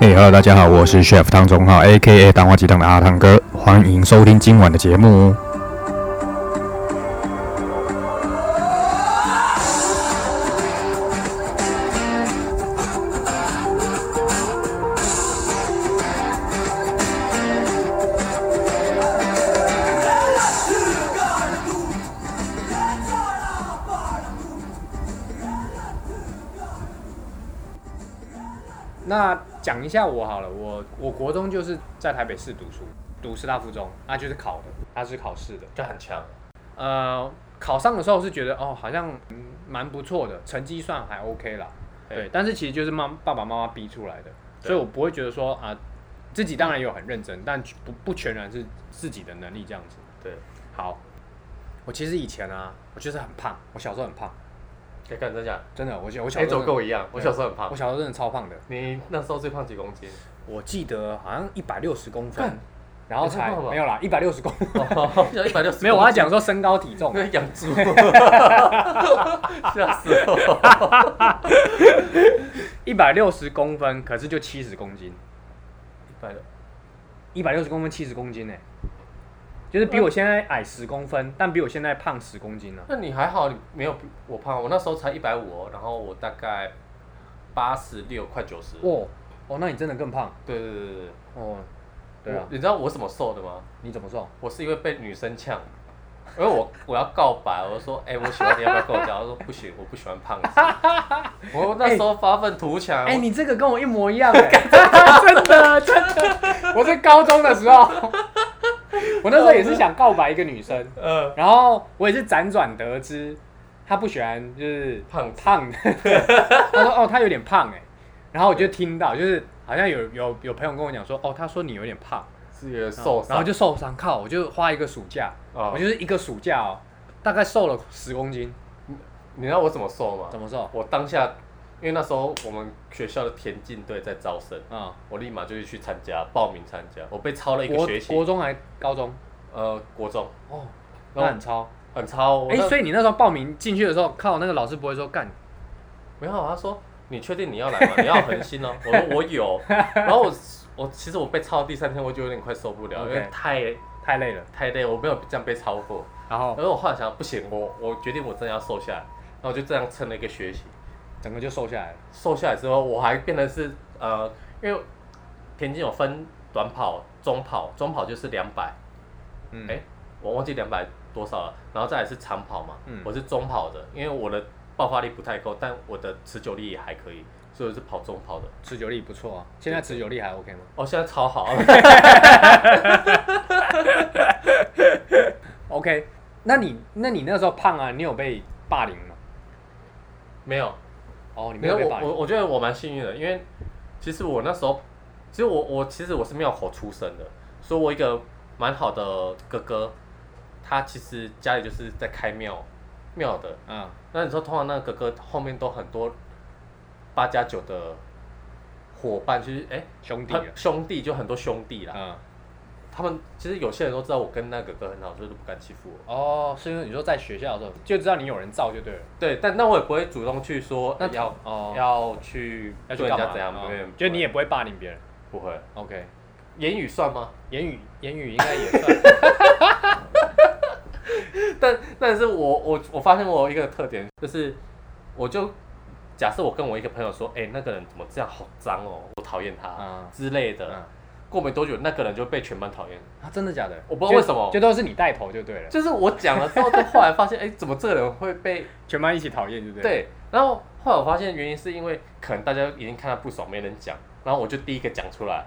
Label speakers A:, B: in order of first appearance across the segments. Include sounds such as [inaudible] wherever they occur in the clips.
A: 嘿、h e l l o 大家好，我是 Chef 汤中浩，A.K.A 蛋花鸡汤的阿汤哥，欢迎收听今晚的节目哦。
B: 那讲一下我好了，我我国中就是在台北市读书，读师大附中，那就是考的，它是考试的。
C: 这很强，
B: 呃，考上的时候是觉得哦，好像嗯蛮不错的，成绩算还 OK 啦。
C: 对
B: 对，但是其实就是妈爸爸妈妈逼出来的，
C: 对
B: 所以我不会觉得说啊、自己当然也有很认真，但不不全然是自己的能力这样子。
C: 对，
B: 好，我其实以前啊，我就是很胖，我小时候很胖，
C: 可以跟真讲，
B: 真的，我小我小
C: 哎，
B: 时候
C: 走
B: 真
C: 跟
B: 的
C: 我一样，我小时候很
B: 我
C: 胖，
B: 小时候真的超胖的，
C: 你那时候最胖几公斤？
B: 我记得好像一百六十公分
C: 干，
B: 然后
C: 也太
B: 才
C: 胖了吧
B: 没有啦，一百六十公分，
C: [laughs] 一百六
B: [laughs]
C: 十，
B: 哦没有，我要讲说身高体重
C: 那，养猪，
B: [laughs]
C: 吓死我！
B: 一百六十公分，可是就七十公斤，
C: 一百六，
B: 一百六十公分七十公斤呢、欸就是比我现在矮十公分，但比我现在胖十公斤呢、
C: 那你还好，你没有比我胖，我那时候才一百五，哦然后我大概八十六，快九十。
B: 哦哦，那你真的更胖
C: 对对对对
B: 哦，
C: 对
B: 对啊
C: 我，你知道我怎么瘦的吗？
B: 你怎么瘦？
C: 我是因为被女生呛，因为我我要告白，我就说，哎、我喜欢你，要不要跟我讲？她说不行，我不喜欢胖子。
B: [laughs]
C: 我那时候发愤图强，
B: 哎、你这个跟我一模一样、欸，真的真的， [laughs] 我是高中的时候， [laughs] 我那时候也是想告白一个女生，
C: 我呃，
B: 然后我也是辗转得知，他不喜欢就是
C: 胖子
B: 胖 [laughs] 的，他说哦他有点胖哎，然后我就听到就是好像有有有朋友跟我讲说哦他说你有点胖，
C: 是有点瘦
B: 然
C: 伤，
B: 后就受伤，靠我就花一个暑假，
C: 啊
B: 我就是一个暑假哦，大概瘦了十公斤，
C: 你知道我怎么瘦吗？
B: 怎么瘦？
C: 哦我当下，因为那时候我们学校的田径队在招生，
B: 啊、
C: 我立马就是去参加，报名参加，我被超了一个
B: 国
C: 学
B: 国
C: 期，
B: 中还高中
C: 呃，国中
B: 哦，
C: 然后
B: 那很超，
C: 很超，我
B: 哎、
C: 那
B: 所以你那时候报名进去的时候，靠那个老师不会说干，
C: 没有，啊他说你确定你要来吗？你要恒心哦。我 [laughs] 说我有，然后我我其实我被操到第三天，我就有点快受不了
B: OK
C: 哦因为太
B: 太累了，
C: 太累，我没有这样被操过。
B: 然后
C: 然后我后来想，不行，我我决定我真的要瘦下来，然后我就这样撑了一个学期，
B: 整个就瘦下来了，
C: 瘦下来之后，我还变得是呃，因为田径有分短跑、中跑，中跑就是两百、
B: 嗯，
C: 哎我忘记两百多少了，然后再来是长跑嘛，
B: 嗯
C: 我是中跑的，因为我的爆发力不太够，但我的持久力也还可以，所以我是跑中跑的。
B: 持久力不错啊，现在持久力还 OK 吗？
C: 哦，现在超好，
B: OK，那你那你那时候胖啊，你有被霸凌吗？
C: [laughs] 没有，
B: 哦， [laughs] 你没
C: 没
B: 有
C: 有
B: 被
C: 我
B: 霸凌
C: 我我觉得我蛮幸运的，因为其实我那时候，其实我我其实我是庙口出生的，所以我一个蛮好的哥哥，他其实家里就是在开庙庙的，
B: 啊、
C: 那你说通常那个哥哥后面都很多八加九的伙伴，就是啊哎、
B: 兄弟啊
C: 他
B: 了，
C: 兄弟就很多兄弟啦，
B: 嗯，
C: 他们其实有些人都知道我跟那个哥哥很好，所以都不敢欺负我。
B: 哦，是因为你说在学校的时候就知道你有人造就对了，
C: 对，但那我也不会主动去说
B: 那
C: 要、
B: 哦
C: 要去
B: 要去
C: 对人
B: 干
C: 家
B: 嘛？
C: 怎样，
B: 哦
C: 没有
B: 就你也不哦会霸凌别人
C: 不会。
B: ，OK，
C: 言语算吗？ [laughs]
B: 言语言语应该也算，
C: 但但是我我我发现我有一个特点，就是我就假设我跟我一个朋友说，哎、那个人怎么这样，好脏哦，我讨厌他、
B: 嗯
C: 之类的。
B: 嗯，
C: 过没多久，那个人就被全班讨厌。
B: 啊，真的假的？
C: 我不知道为什么
B: 就就都是你带头就对了，
C: 就是我讲了之后，就后来发现，哎、怎么这个人会被
B: 全班一起讨厌 [laughs] 对不对？
C: 对？然后后来我发现原因是因为可能大家已经看他不爽，没人讲，然后我就第一个讲出来，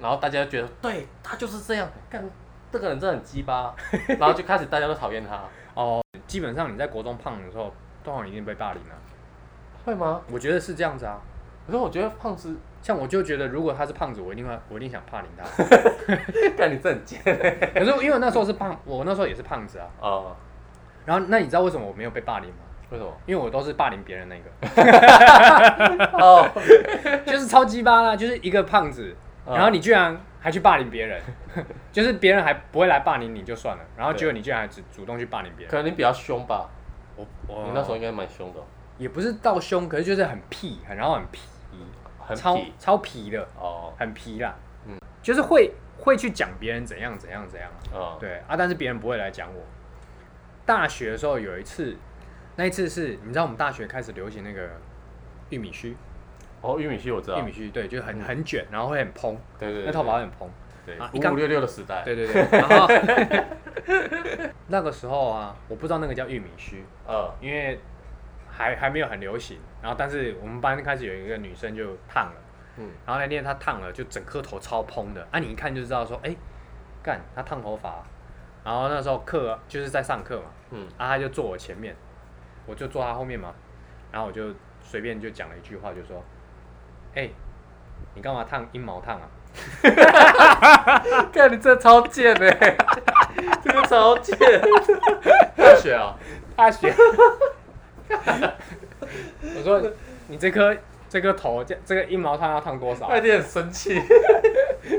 C: 然后大家就觉得对他就是这样，干这个人真的很
B: [laughs]
C: 鸡巴，然后就开始大家都讨厌他，
B: 哦，基本上你在国中胖的时候，通常一定被霸凌啊，
C: 会吗？
B: 我觉得是这样子啊。
C: 可是我觉得胖子，
B: 像我就觉得，如果他是胖子，我一定会，我一定想霸凌他。
C: [laughs] 干你真的很贱
B: [laughs] 可是因为我那时候是胖，我那时候也是胖子啊。
C: 哦，
B: 然后那你知道为什么我没有被霸凌吗？
C: 为什么？
B: 因为我都是霸凌别人那个，
C: 哦，
B: 就是超鸡巴啦，就是一个胖子，
C: [laughs]
B: [laughs]
C: 嗯
B: 然后你居然还去霸凌别人， [laughs] 就是别人还不会来霸凌你就算了，然后结果你居然还主主动去霸凌别
C: 可
B: 人。
C: 能你比较凶吧，
B: 我我
C: 你那时候应该蛮凶的哦。
B: 也不是到凶，可是就是很屁，很然后很皮，
C: 很
B: 超
C: 痞
B: 超皮的，
C: 哦，
B: 很皮啦，
C: 嗯
B: 就是会会去讲别人怎样怎样怎样，
C: 嗯，
B: 对啊，但是别人不会来讲我。大学的时候有一次，那一次是你知道我们大学开始流行那个玉米须，
C: 哦，玉米须我知道，
B: 玉米须对，就很
C: 嗯
B: 很卷，然后会很蓬，
C: 对对，对
B: 那头发会很蓬，
C: 对
B: 啊一
C: 五
B: 刚
C: 五六六的时代，
B: 对对对。 [laughs] 然后那个时候啊，我不知道那个叫玉米须，
C: 嗯，
B: 因为还还没有很流行。然后但是我们班开始有一个女生就烫了，
C: 嗯
B: 然后那天她烫了，就整颗头超蓬的，啊，你一看就知道说，哎，干她烫头发啊、然后那时候课就是在上课嘛，
C: 嗯
B: 啊，他就坐我前面，我就坐他后面嘛，然后我就随便就讲了一句话，就说：“哎、你干嘛烫阴毛烫啊 [laughs]
C: 嗯，看你这超贱哎，这个超贱，大学啊，？”
B: 大学，我说你这颗这颗头这这个阴毛烫要烫多 [laughs] 少？
C: 那你很生气，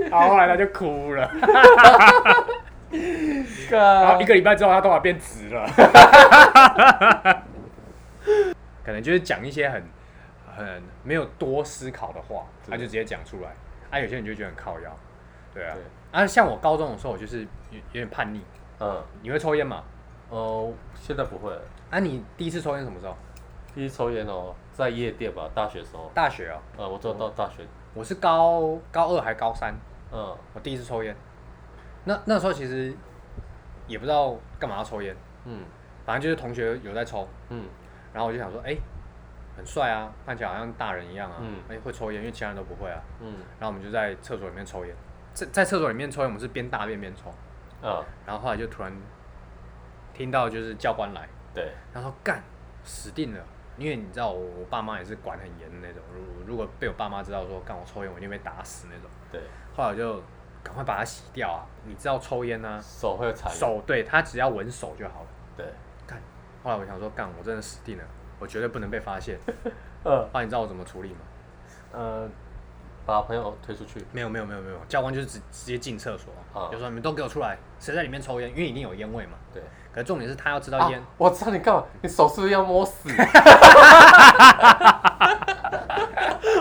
B: 然后后来他就哭了，然后
C: 干
B: 一个礼拜之后他头发变直了，可能就是讲一些很很没有多思考的话，他就直接讲出来，啊，有些人就觉得很靠腰，对啊。
C: 对
B: 啊，像我高中的时候，我就是有有点叛逆。
C: 嗯，
B: 你会抽烟吗？
C: 哦，现在不会了，
B: 啊，你第一次抽烟什么时候？
C: 第一抽烟哦，在夜店吧，大学时候，
B: 大学哦，
C: 呃，我做到大学，
B: 我是高高二还高三，
C: 嗯，
B: 我第一次抽烟。那那时候其实也不知道干嘛要抽烟，
C: 嗯
B: 反正就是同学有在抽，
C: 嗯
B: 然后我就想说，哎、很帅啊，看起来好像大人一样啊，
C: 嗯
B: 哎、会抽烟，因为其他人都不会啊。
C: 嗯
B: 然后我们就在厕所里面抽烟，在在厕所里面抽烟，我们是边大便边抽。
C: 嗯，
B: 然后后来就突然听到就是教官来，
C: 对，
B: 然后干死定了，因为你知道我我爸妈也是管很严的那种，如如果被我爸妈知道说干我抽烟，我一定被打死那种。
C: 对，
B: 后来我就赶快把它洗掉啊，你知道抽烟啊，
C: 手会有残留，
B: 手对他只要闻手就好了。
C: 对，
B: 干，后来我想说干我真的死定了，我绝对不能被发现。
C: 嗯
B: 后来你知道我怎么处理吗？
C: 呃，把朋友推出去，
B: 没有没有没有没有，教官就是直直接进厕所啊，
C: 啊
B: 就说你们都给我出来，谁在里面抽烟？因为一定有烟味嘛。
C: 对。
B: 可是重点是他要知道烟，
C: 啊我知道你干嘛，你手是不是要摸 [laughs] 死？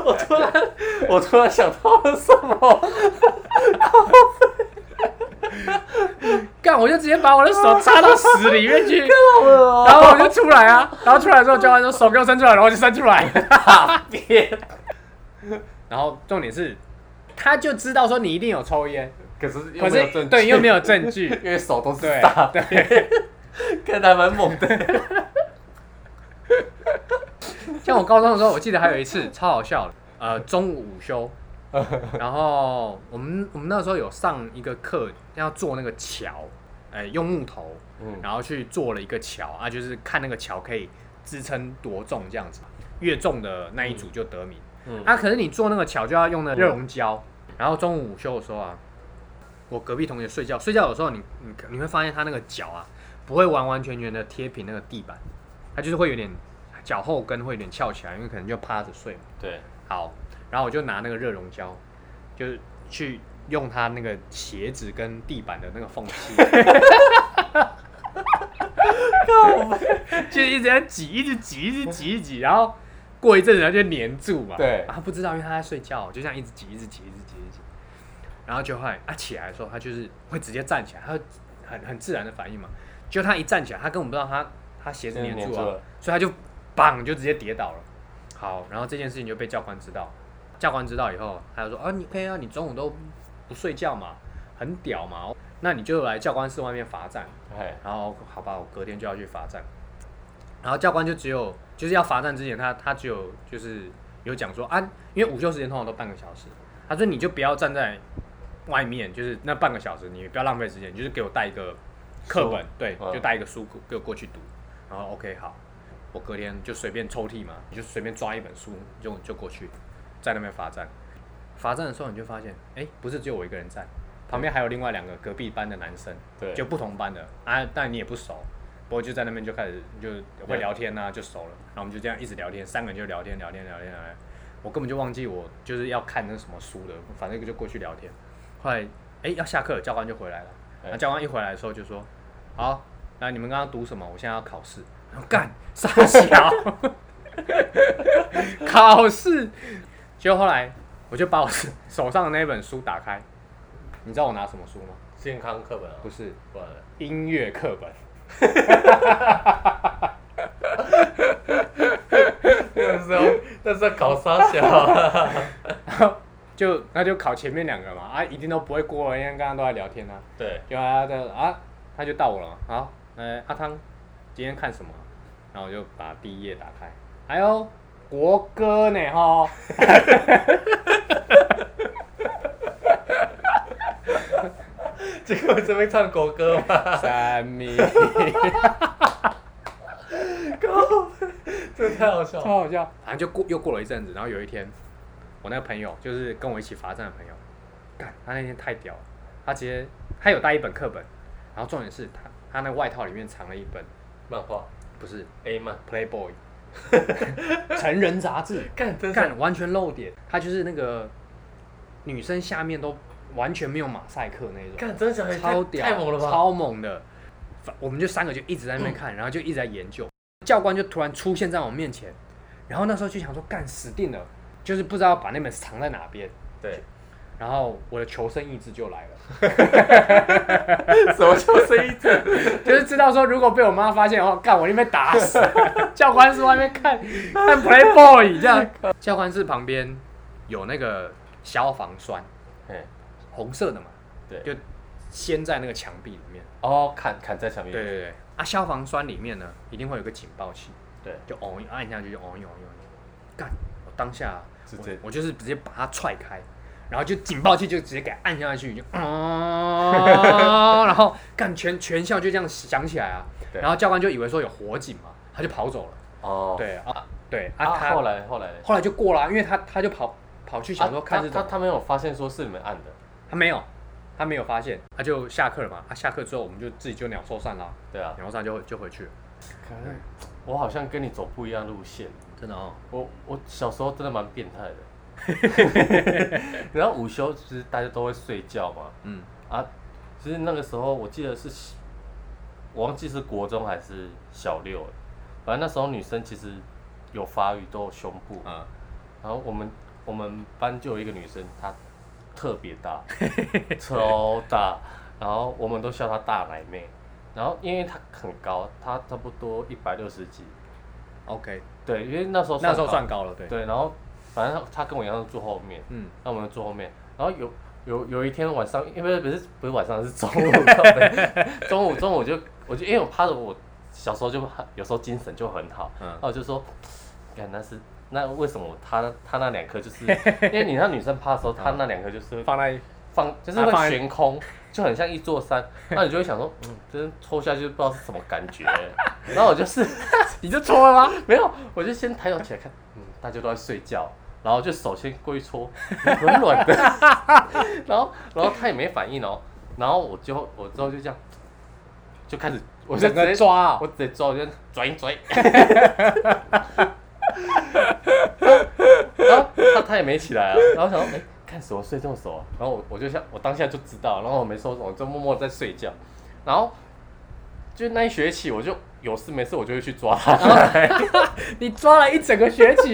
C: 我突然，我突然想到了什么？
B: 干、我就直接把我的手插到屎里面
C: [laughs]
B: 去。
C: 好恶哦
B: 然后我就出来啊，然后出来之后教官说手给我伸出来，然后我就伸出
C: [laughs]
B: 来。
C: 大便。
B: 然后重点是，他就知道说你一定有抽烟，
C: 可是又
B: 可
C: 没有
B: 是
C: 证据，
B: 对又没有证据，
C: 因为手都是
B: 对
C: 大便，
B: 对。
C: 看他蛮猛的。
B: 像我高中的时候，我记得还有一次超好笑的，呃，中午午休，然后我们我们那时候有上一个课要做那个桥，呃，用木头，
C: 嗯
B: 然后去做了一个桥啊，就是看那个桥可以支撑多重这样子，越重的那一组就得名。
C: 嗯
B: 啊，可是你做那个桥就要用那个热熔胶，然后中午午休的时候啊，我隔壁同学睡觉，睡觉的时候你你你会发现他那个脚啊，不会完完全全的贴平那个地板，他就是会有点脚后跟会有点翘起来，因为可能就趴着睡嘛。
C: 对，
B: 好，然后我就拿那个热熔胶，就是去用它那个鞋子跟地板的那个缝隙， [laughs] 就一直在挤，一直挤，一直挤，一直挤，然后过一阵子它就粘住嘛。
C: 对
B: 啊，不知道，因为他在睡觉，就这样一直挤，一直挤，一直挤，一直挤。然后就后来啊起来的时候，他就是会直接站起来，他会很很自然的反应嘛。就他一站起来，他根本不知道他他鞋子
C: 真的
B: 粘
C: 粘
B: 住
C: 住
B: 了
C: 了，
B: 所以他就绑就直接跌倒了。好，然后这件事情就被教官知道，教官知道以后，他就说啊，你可以啊，你中午都不睡觉嘛，很屌嘛，那你就来教官室外面罚站。
C: 哎，
B: 然后好吧，我隔天就要去罚站。然后教官就只有就是要罚站之前，他他只有就是有讲说啊，因为午休时间通常都半个小时，他说你就不要站在外面，就是那半个小时你不要浪费时间，你就是给我带一个课本
C: 书，
B: 对，
C: 嗯
B: 就带一个书给我过去读。然后 OK 好，我隔天就随便抽屉嘛，你就随便抓一本书就就过去，在那边罚站。罚站的时候你就发现，哎，不是只有我一个人站，旁边还有另外两个隔壁班的男生。
C: 对，
B: 就不同班的啊，但你也不熟，不过就在那边就开始就会聊天啊，就熟了，然后我们就这样一直聊天，三个人就聊天聊天聊天聊天，我根本就忘记我就是要看那什么书的，反正就过去聊天。后来哎要下课了，教官就回来了，
C: 哎
B: 那教官一回来的时候就说，好，那你们刚刚读什么？我现在要考试。然后干傻小，考试。结果后来我就把我手上的那本书打开，你知道我拿什么书吗？
C: 健康课本啊，
B: 不是
C: 不然呢
B: 音乐课本，
C: 那时候那时候搞啥小 [laughs] 啊？
B: 就那就考前面两个嘛，啊，一定都不会过了，因为刚刚都在聊天啊。
C: 对，
B: 就啊这样子啊，他就到我了嘛，好，呃，阿汤今天看什么？然后我就把第一页打开，哎呦，国歌呢哈，
C: 结果这边唱国歌嘛，
B: [laughs] 三米，
C: [laughs] 这太好笑了。
B: 超好笑。反正就过又过了一阵子，然后有一天，我那个朋友就是跟我一起罚站的朋友，干他那天太屌了，他直接他有带一本课本，然后重点是他他那外套里面藏了一本
C: 漫画
B: 不是
C: A 漫，
B: [laughs] Playboy 成人杂志。
C: 干真是
B: 干完全露点，他就是那个女生下面都完全没有马赛克那种，
C: 干真小孩
B: 超
C: 太
B: 屌，
C: 太猛了吧？
B: 超猛的。反我们就三个就一直在那边看，然后就一直在研究。教官就突然出现在我面前，然后那时候就想说，干死定了，就是不知道把那本藏在哪边。
C: 对，
B: 然后我的求生意志就来了，
C: 什么叫声 [laughs] 音？
B: [laughs] 就是知道说如果被我妈发现的话，干我一定被打死。教官是外面看看 Playboy 这样，教官室旁边有那个消防栓，
C: 哎，
B: 红色的嘛，
C: 对
B: 就先在那个墙壁里面。
C: 哦，砍砍在墙壁。
B: 对对对，啊，消防栓里面呢，一定会有个警报器，
C: 对，
B: 就哦按下去就哦一哦一哦一，干！我当下啊
C: 直
B: 我
C: 接
B: 我就是直接把它踹开，然后就警报器就直接给它按下去，就哦， [laughs] 然后干全全校就这样响起来啊，
C: 对
B: 然后教官就以为说有火警嘛，他就跑走了。
C: 哦，
B: 对啊，对啊，
C: 啊，
B: 他
C: 后来后来嘞，
B: 后来就过了啊，因为他他就跑跑去想说
C: 啊
B: 看是
C: 他
B: 怎么
C: 他他没有发现说是你们按的，
B: 他没有，他没有发现，他就下课了嘛。他啊下课之后，我们就自己就鸟兽散啦，
C: 对啊，
B: 鸟兽散就就回去了。
C: 我好像跟你走不一样路线。
B: 真的哦，
C: 我我小时候真的蛮变态的，
B: [laughs]
C: 然后午休其实大家都会睡觉嘛，
B: 嗯，
C: 啊，其实那个时候我记得是小，我忘记是国中还是小六了，反正那时候女生其实有发育都有胸部，
B: 啊，
C: 然后我们我们班就有一个女生，她特别
B: [laughs]
C: 大，超大，然后我们都叫她大奶妹，然后因为她很高，她差不多一百六十几，
B: OK，
C: 对，因为那时候
B: 那时候
C: 高
B: 算高了，对，
C: 对，然后反正他跟我一样是坐后面，
B: 嗯，
C: 那我们就坐后面，然后有有有一天晚上，因为不是不是晚上是中午靠北， [laughs] 中午中午就我就因为我趴着，我小时候就很有时候精神就很好，
B: 嗯
C: 然后我就说，看那是那为什么他他那两颗就是，因为你那女生趴的时候，她那两颗就是会
B: 放在
C: 放就是
B: 啊放
C: 会
B: 在
C: 悬空，就很像一座山，那你就会想说，嗯，真抽下去不知道是什么感觉，然后我就是。
B: 你就搓了吗？
C: [laughs] 没有，我就先抬头起来看，嗯，大家都在睡觉，然后就首先过去搓，软软的， [laughs] 然后然后他也没反应哦，然后我就我之后就这样，就开始，我就
B: 整
C: 直
B: 个
C: 接，
B: 抓啊
C: 我，直接抓，我就转一转，然后他他也没起来啊，然后想说，哎、看什么睡这么熟啊，然后我我就想，我当下就知道，然后我没说什么，我就默默在睡觉，然后就那一学期我就有事没事我就会去抓他。
B: 你抓了一整个学 [laughs] 期。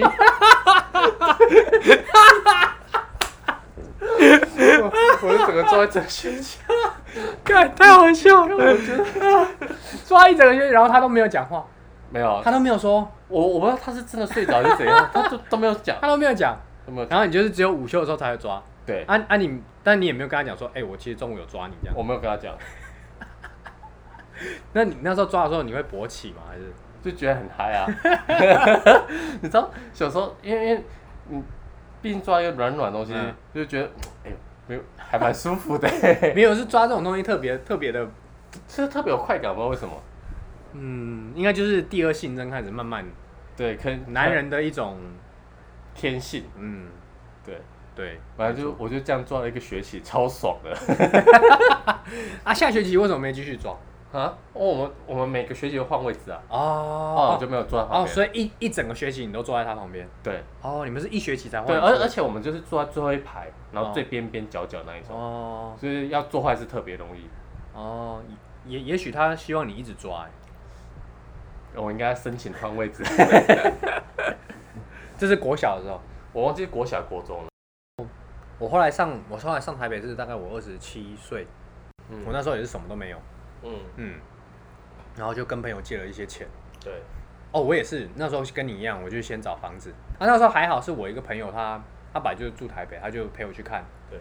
C: [laughs] 我就整个坐在这学期，
B: 看，太好笑了！我觉得抓一整个学期，然后他都没有讲话，
C: 没有，啊
B: 他都没有说，
C: 我我不知道他是真的睡着还是怎样，他都都没有讲，
B: 他都没有讲。
C: 都没有讲。
B: 然后你就是只有午休的时候才会抓，
C: 对，
B: 啊啊你，但你也没有跟他讲说，哎，我其实中午有抓你这样。
C: 我没有跟他讲，
B: 那你那时候抓的时候，你会勃起吗？还是？
C: 就觉得很嗨
B: [laughs]
C: 啊。你知道小时候，因为因为你毕竟抓一个软软的东西
B: 嗯，
C: 就觉得哎呦，没有，还蛮舒服
B: [laughs]
C: 的，
B: 没有，是抓这种东西特别特别的，
C: 就是特别有快感，不知道为什么。
B: 嗯，应该就是第二性征开始慢慢，
C: 对，可能
B: 男人的一种，
C: 天性，
B: 嗯，
C: 对，
B: 对
C: 反正就我就这样抓了一个学期，超爽
B: [laughs]
C: 的。
B: 啊，下学期为什么没继续抓？
C: 啊，哦，我们我们每个学期会换位置啊，哦，
B: 哦
C: 我就没有坐在旁
B: 哦，
C: 边。
B: 所以一一整个学期你都坐在他旁边，
C: 对，
B: 哦，你们是一学期才换
C: 对，
B: 一
C: 而
B: 次
C: 而且我们就是坐在最后一排，然后
B: 哦
C: 最边边角角那一种，
B: 哦
C: 所以要做坏事特别容易。
B: 哦，也也许他希望你一直抓、欸， [laughs]
C: 我应该申请换位置。
B: 这是国小的时候，
C: 我忘记国小国中了。
B: 我后来上我后来上台北是大概我二十七岁，
C: 嗯
B: 我那时候也是什么都没有，
C: 嗯，
B: 嗯，然后就跟朋友借了一些钱。
C: 对，
B: 哦，我也是，那时候跟你一样，我就先找房子。啊，那时候还好，是我一个朋友他，他本来就是住台北，他就陪我去看。
C: 对，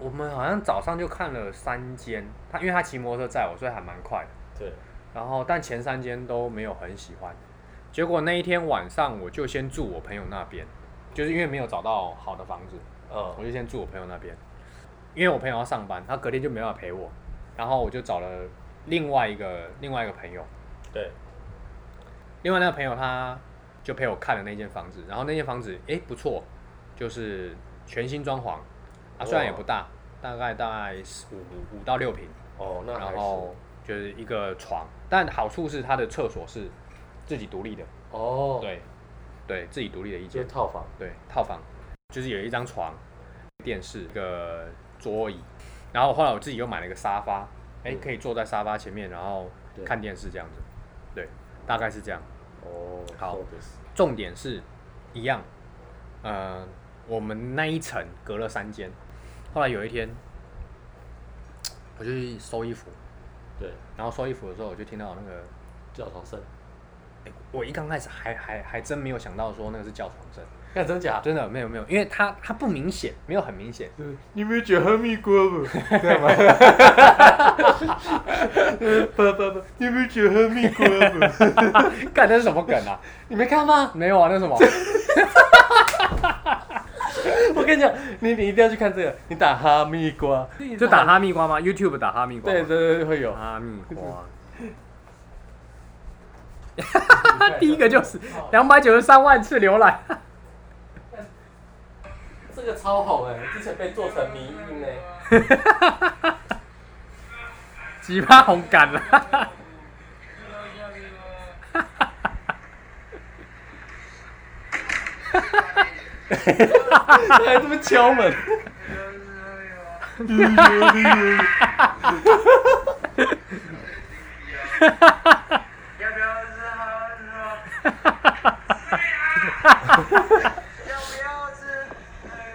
B: 我们好像早上就看了三间，他因为他骑摩托车载我，所以还蛮快的。
C: 对，
B: 然后但前三间都没有很喜欢，结果那一天晚上我就先住我朋友那边，就是因为没有找到好的房子，我
C: 嗯，
B: 就先住我朋友那边，因为我朋友要上班，他隔天就没办法陪我，然后我就找了另外一个另外一个朋友，
C: 对，
B: 另外那个朋友他就陪我看了那间房子，然后那间房子诶不错，就是全新装潢，啊虽然也不大，大概大概十五五到六平，
C: 哦，那还
B: 然
C: 是，
B: 后就是一个床，但好处是它的厕所是自己独立的，
C: 哦，，
B: 对，对自己独立的一
C: 就
B: 间
C: 是，套房，
B: 对套房，就是有一张床、电视、一个桌椅，然后后来我自己又买了一个沙发，诶，
C: 嗯
B: 可以坐在沙发前面，然后
C: 对
B: 看电视这样子，对，大概是这样。
C: 哦，
B: 好
C: そうです
B: 重点是一样，呃，我们那一层隔了三间，后来有一天，我就去收衣服，
C: 对，
B: 然后收衣服的时候，我就听到那个，
C: 叫床声，
B: 诶我一刚开始还还还真没有想到说那个是叫床声，
C: 看真假？
B: 真的没有没有，因为它它不明显，没有很明显， [laughs]
C: 嗯你没有觉得哈密瓜 [laughs] 吗？对吗？呃不不不，你没有觉得哈密瓜吗？
B: 干那是什么梗啊？
C: [laughs] 你没看吗？
B: 没有啊，那是什么？
C: 我跟你讲，你你一定要去看这个，你打哈密瓜，
B: [laughs] 就打哈密瓜吗？YouTube 打哈密瓜吗，
C: 对，对对对，会有。啊
B: 哈密瓜。 [laughs] 第一个就是两百九十三万次浏览， [laughs]
C: 这个超红哎，之前被做成迷音哎。
B: 几趴红感啊了。
C: 还这么敲门。
D: 要不要吃好吃哦？要不要吃？哎呦！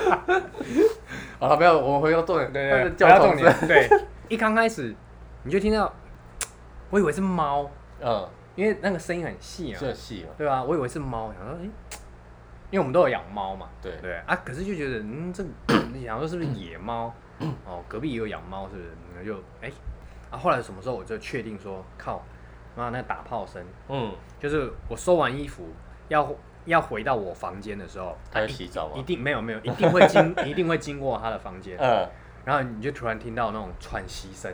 C: 好了，不要，我们回到重点，
B: 对对，
C: 叫
B: 不要哎重
C: 床声
B: 点。对， [laughs] 一刚开始你就听到，我以为是猫，
C: 嗯，
B: 因为那个声音很细啊，
C: 这戏嘛，
B: 对吧、我以为是猫，想说诶，因为我们都有养猫嘛，
C: 对
B: 对啊，可是就觉得嗯，这你想说是不是野猫？
C: 嗯
B: 哦，隔壁也有养猫，是不是？那就诶，啊，后来什么时候我就确定说，靠，妈那打炮声，
C: 嗯，
B: 就是我收完衣服要要回到我房间的时候，
C: 他要洗澡
B: 一
C: 吗？
B: 定没有没有，一定会
C: [laughs]
B: 经一定会经过他的房间，
C: 嗯，
B: 然后你就突然听到那种喘息声，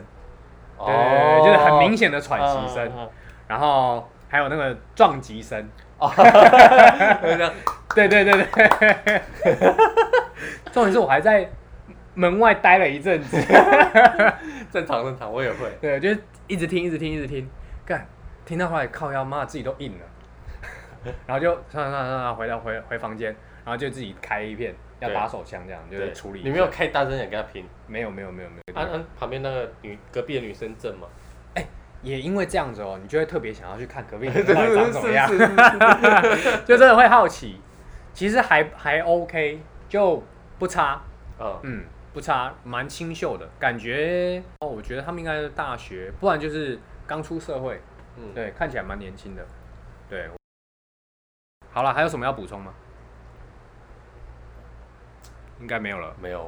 B: 对
C: 哦，
B: 就是很明显的喘息声，
C: 嗯。嗯嗯
B: 然后还有那个撞击声，
C: 嗯
B: 对对对对，
C: [laughs]
B: 重点是我还在门外待了一阵子，
C: 正常正常，我也会。
B: 对，就是一直听一直听一直听，干，听到后来靠腰妈自己都硬了，然后就算了算了算了，回到回回房间，然后就自己开一片要
C: 对
B: 打手枪这样，就是处理一下，
C: 你没有开大声眼跟他拼，
B: 没有没有没有没有，
C: 安安旁边那个女隔壁的女生正嘛，
B: 也因为这样子哦，你就会特别想要去看隔壁
C: 对
B: 人
C: 对
B: 到底
C: 对，
B: 长怎么样，
C: 是是是
B: [laughs] 就真的会好奇。其实还还 OK，就不差，
C: 嗯，
B: 嗯，不差，蛮清秀的感觉。哦，我觉得他们应该是大学，不然就是刚出社会，
C: 嗯
B: 对，看起来蛮年轻的。对，好了，还有什么要补充吗？应该没有了。
C: 没有，